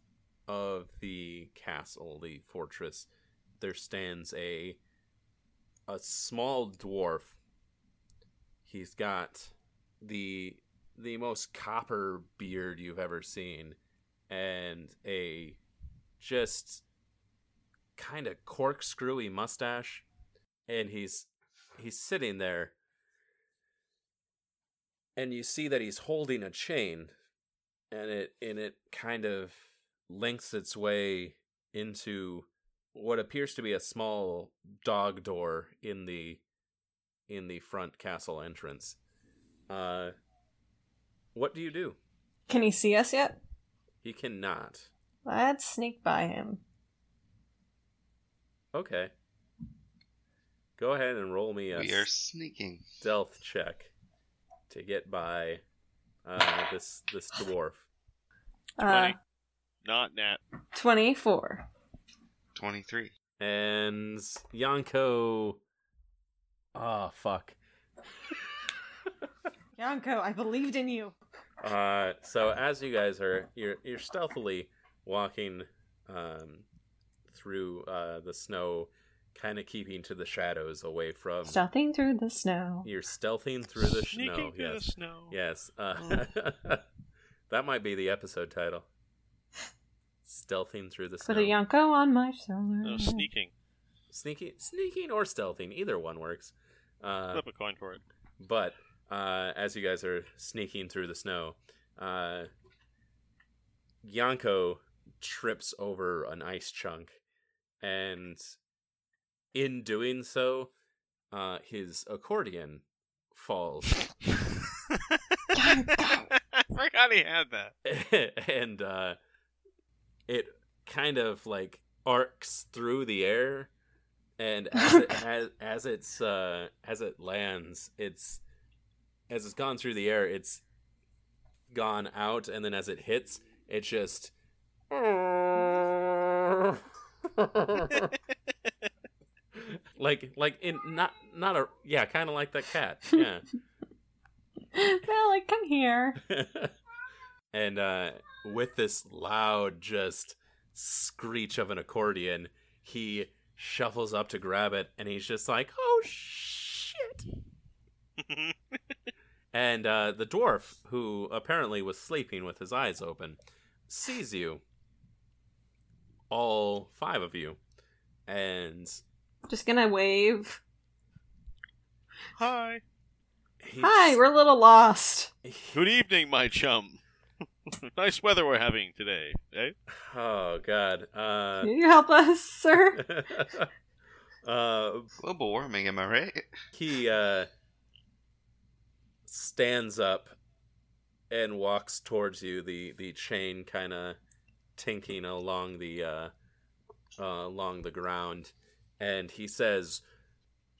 Speaker 2: of the castle, the fortress, there stands a a small dwarf. He's got the the most copper beard you've ever seen and a just kind of corkscrewy mustache and he's he's sitting there and you see that he's holding a chain and it and it kind of links its way into what appears to be a small dog door in the in the front castle entrance uh what do you do
Speaker 4: Can he see us yet?
Speaker 2: he cannot
Speaker 4: Let's sneak by him.
Speaker 2: okay go ahead and roll me a
Speaker 6: We are sneaking.
Speaker 2: stealth check to get by uh this this dwarf
Speaker 4: Uh,
Speaker 5: Twenty. Not Nat.
Speaker 4: 24.
Speaker 6: 23.
Speaker 2: and Yanko. Oh fuck.
Speaker 4: Yanko, I believed in you.
Speaker 2: Uh, so as you guys are you're you're stealthily walking um, through uh, the snow, kind of keeping to the shadows away from.
Speaker 4: Stealthing through the snow.
Speaker 2: You're stealthing through the
Speaker 5: Sneaking
Speaker 2: snow.
Speaker 5: through
Speaker 2: Yes.
Speaker 5: the snow.
Speaker 2: Yes. Uh, that might be the episode title. Stealthing through the snow.
Speaker 4: Put a Yanko on my shoulder.
Speaker 5: No sneaking.
Speaker 2: sneaking, sneaking or stealthing, either one works. Uh,
Speaker 5: Flip a coin for it.
Speaker 2: But uh, as you guys are sneaking through the snow, uh, Yanko trips over an ice chunk, and in doing so, uh, his accordion falls,
Speaker 5: I forgot he had that.
Speaker 2: and uh, it kind of like arcs through the air. And as it, as, as it's uh, as it lands, it's as it's gone through the air, it's gone out, and then as it hits, it just. like like in not not a yeah kind of like that cat yeah
Speaker 4: well, like, come here.
Speaker 2: and uh, with this loud, just screech of an accordion, he shuffles up to grab it, and he's just like, "Oh shit!" and uh, the dwarf, who apparently was sleeping with his eyes open, sees you, all five of you, and
Speaker 4: Just gonna wave.
Speaker 5: Hi.
Speaker 2: he
Speaker 4: Hi, we're a little lost.
Speaker 5: Good evening, my chum. nice weather we're having today, eh?
Speaker 2: oh god, uh,
Speaker 4: Can you help us, sir?
Speaker 2: uh,
Speaker 6: Global warming, am I right?
Speaker 2: he uh stands up and walks towards you the the chain kind of tinking along the uh, uh along the ground and he says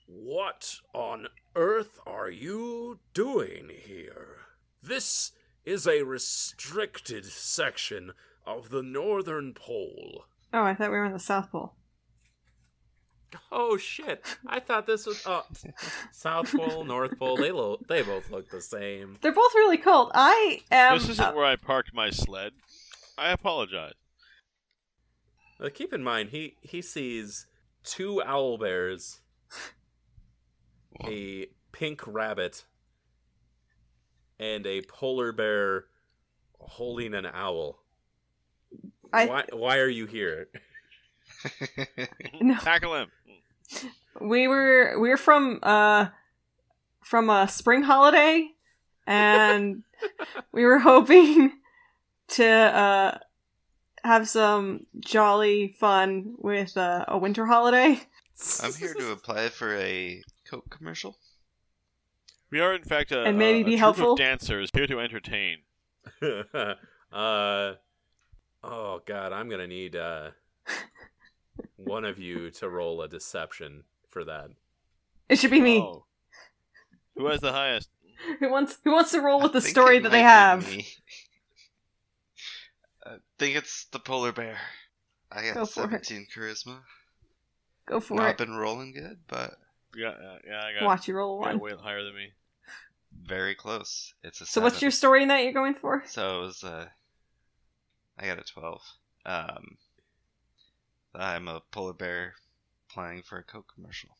Speaker 2: what on earth are you doing here this is a restricted section of the northern pole
Speaker 4: Oh, I thought we were in the South Pole.
Speaker 2: Oh shit! I thought this was uh, South Pole, North Pole. They lo- they both look the same.
Speaker 4: They're both really cold. I am.
Speaker 5: this isn't where I parked my sled. I apologize.
Speaker 2: Uh, keep in mind, he he sees two owl bears, a pink rabbit, and a polar bear holding an owl.
Speaker 4: I-
Speaker 2: why why are you here?
Speaker 4: No.
Speaker 5: Tackle him.
Speaker 4: We were we were from uh from a spring holiday and we were hoping to uh have some jolly fun with uh, a winter holiday.
Speaker 6: I'm here to apply for a Coke commercial.
Speaker 5: We are in fact a,
Speaker 4: And maybe
Speaker 5: a, a
Speaker 4: be
Speaker 5: troop
Speaker 4: helpful.
Speaker 5: of dancers here to entertain.
Speaker 2: uh, oh God, I'm gonna need uh, one of you to roll a deception for that.
Speaker 4: It should be me.
Speaker 5: Oh. Who has the highest?
Speaker 4: Who wants who wants to roll with
Speaker 6: I
Speaker 4: the
Speaker 6: think
Speaker 4: story
Speaker 6: it
Speaker 4: that
Speaker 6: might
Speaker 4: they
Speaker 6: be
Speaker 4: have?
Speaker 6: me. I think it's the polar bear. I got
Speaker 4: Go for it.
Speaker 6: 17 charisma.
Speaker 4: Go for
Speaker 6: Not
Speaker 4: it.
Speaker 6: been rolling good, but
Speaker 5: Yeah, uh, yeah, I got,
Speaker 4: Watch you roll a
Speaker 5: you got
Speaker 4: one.
Speaker 5: way higher than me.
Speaker 6: very close. It's a.
Speaker 4: So what's
Speaker 6: seven.
Speaker 4: your story that you're going for?
Speaker 6: So it was uh, I got a twelve. Um, I'm a polar bear applying for a Coke commercial.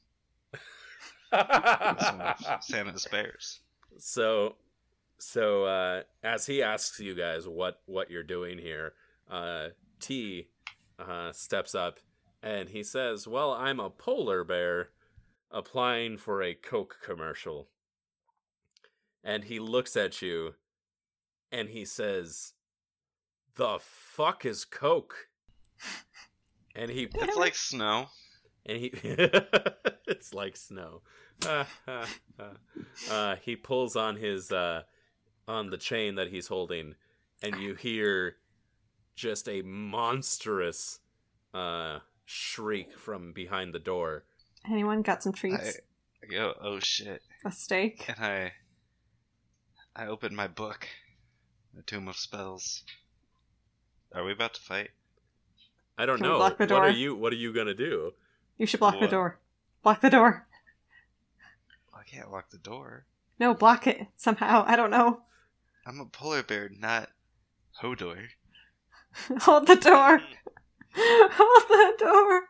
Speaker 6: With some of Santa's bears.
Speaker 2: so so uh as he asks you guys what what you're doing here uh t uh steps up and he says well i'm a polar bear applying for a coke commercial and he looks at you and he says the fuck is coke and he
Speaker 6: It's like snow.
Speaker 2: and he it's like snow uh, he pulls on his uh, on the chain that he's holding and you hear just a monstrous uh, shriek from behind the door
Speaker 4: Anyone got some
Speaker 6: I,
Speaker 4: treats?
Speaker 6: I go, oh shit,
Speaker 4: A steak?
Speaker 6: and I I open my book, the Tomb of Spells. Are we about to fight?
Speaker 2: i don't
Speaker 4: Can we
Speaker 2: know
Speaker 4: block the
Speaker 2: what
Speaker 4: door?
Speaker 2: are you what are you gonna do
Speaker 4: You should block the
Speaker 6: What?
Speaker 4: door. Block the door.
Speaker 6: I can't lock the door.
Speaker 4: No, block it somehow. I don't know.
Speaker 6: I'm a polar bear, not Hodor.
Speaker 4: Hold the door. Hold the door.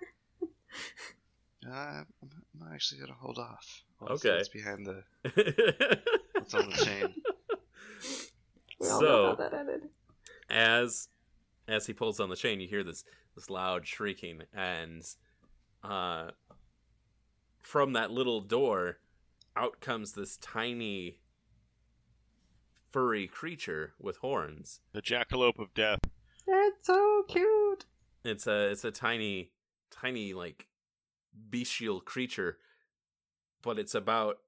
Speaker 6: Uh, I'm, I'm actually gonna hold off. I'll see
Speaker 2: Okay.
Speaker 6: What's behind the? What's on the chain?
Speaker 4: We all
Speaker 2: So-
Speaker 4: know how that ended.
Speaker 2: as as he pulls on the chain you hear this this loud shrieking and uh from that little door out comes this tiny furry creature with horns
Speaker 5: The jackalope of death.
Speaker 4: It's so cute.
Speaker 2: it's a it's a tiny tiny like bestial creature but it's about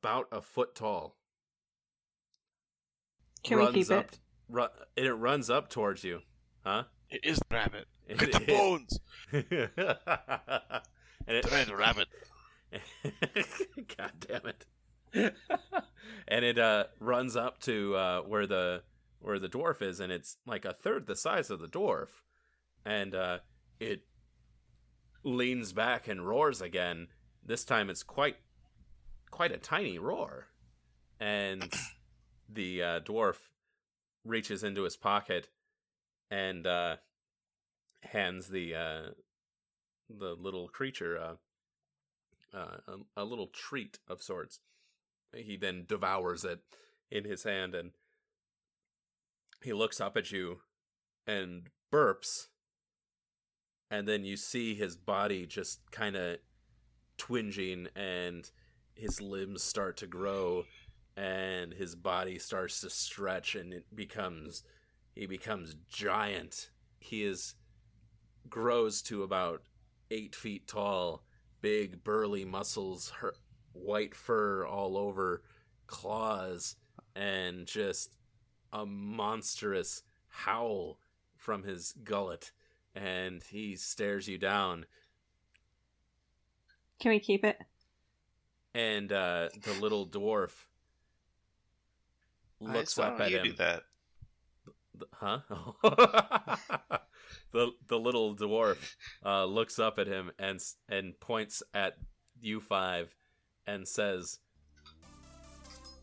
Speaker 2: about a foot tall
Speaker 4: Can
Speaker 2: runs
Speaker 4: we keep
Speaker 2: up
Speaker 4: it?
Speaker 2: ru- and it runs up towards you huh
Speaker 5: It is the rabbit.
Speaker 2: It-
Speaker 5: Get the
Speaker 2: it-
Speaker 5: bones.
Speaker 2: and it
Speaker 5: Dread rabbit.
Speaker 2: God damn it. and it uh, runs up to uh, where the where the dwarf is, and it's like a third the size of the dwarf, and uh, it leans back and roars again. This time, it's quite quite a tiny roar, and the uh, dwarf reaches into his pocket and uh, hands the uh, the little creature uh, uh, a, a little treat of sorts. He then devours it in his hand and he looks up at you and burps. And then you see his body just kind of twinging and his limbs start to grow and his body starts to stretch and it becomes he becomes giant. He is grows to about eight feet tall big burly muscles, her white fur all over, claws, and just a monstrous howl from his gullet. And he stares you down,
Speaker 4: Can we keep it?
Speaker 2: and uh, the little dwarf
Speaker 6: I
Speaker 2: looks
Speaker 6: just- why
Speaker 2: up
Speaker 6: don't
Speaker 2: at
Speaker 6: you
Speaker 2: him.
Speaker 6: do that?
Speaker 2: The- huh? the the little dwarf uh, looks up at him and s- and points at you five and says,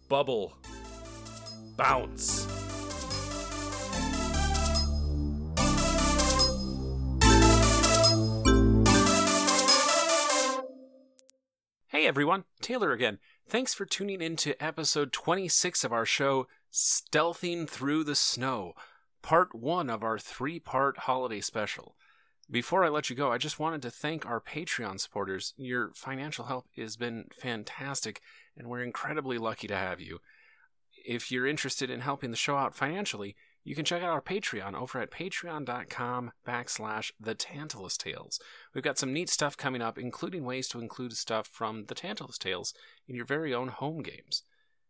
Speaker 2: "Bubble, bounce."
Speaker 1: Hey everyone, Taylor again. Thanks for tuning in to episode 26 of our show, Stealthing Through the Snow, part one of our three part holiday special. Before I let you go, I just wanted to thank our Patreon supporters. Your financial help has been fantastic, and we're incredibly lucky to have you. If you're interested in helping the show out financially, you can check out our Patreon over at patreon.com backslash the Tantalus Tales. We've got some neat stuff coming up, including ways to include stuff from the Tantalus Tales in your very own home games.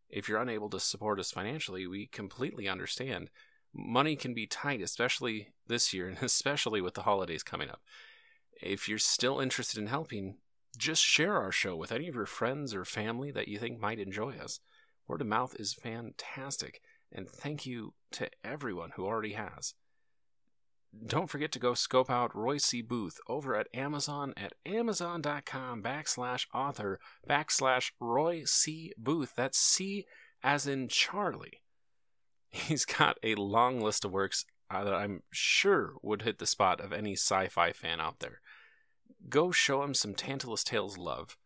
Speaker 1: If you're unable to support us financially, we completely understand. Money can be tight, especially this year, and especially with the holidays coming up. If you're still interested in helping, just share our show with any of your friends or family that you think might enjoy us. Word of mouth is fantastic, and thank you to everyone who already has. Don't forget to go scope out Roy C. Booth over at Amazon at amazon.com backslash author backslash Roy C. Booth. That's C as in Charlie. He's got a long list of works uh, that I'm sure would hit the spot of any sci fi fan out there. Go show him some Tantalus Tales love.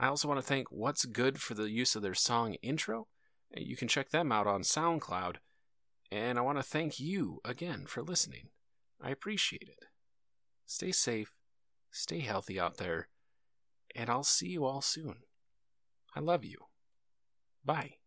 Speaker 1: I also want to thank What's Good for the use of their song intro. You can check them out on SoundCloud. And I want to thank you again for listening. I appreciate it. Stay safe, stay healthy out there, and I'll see you all soon. I love you. Bye.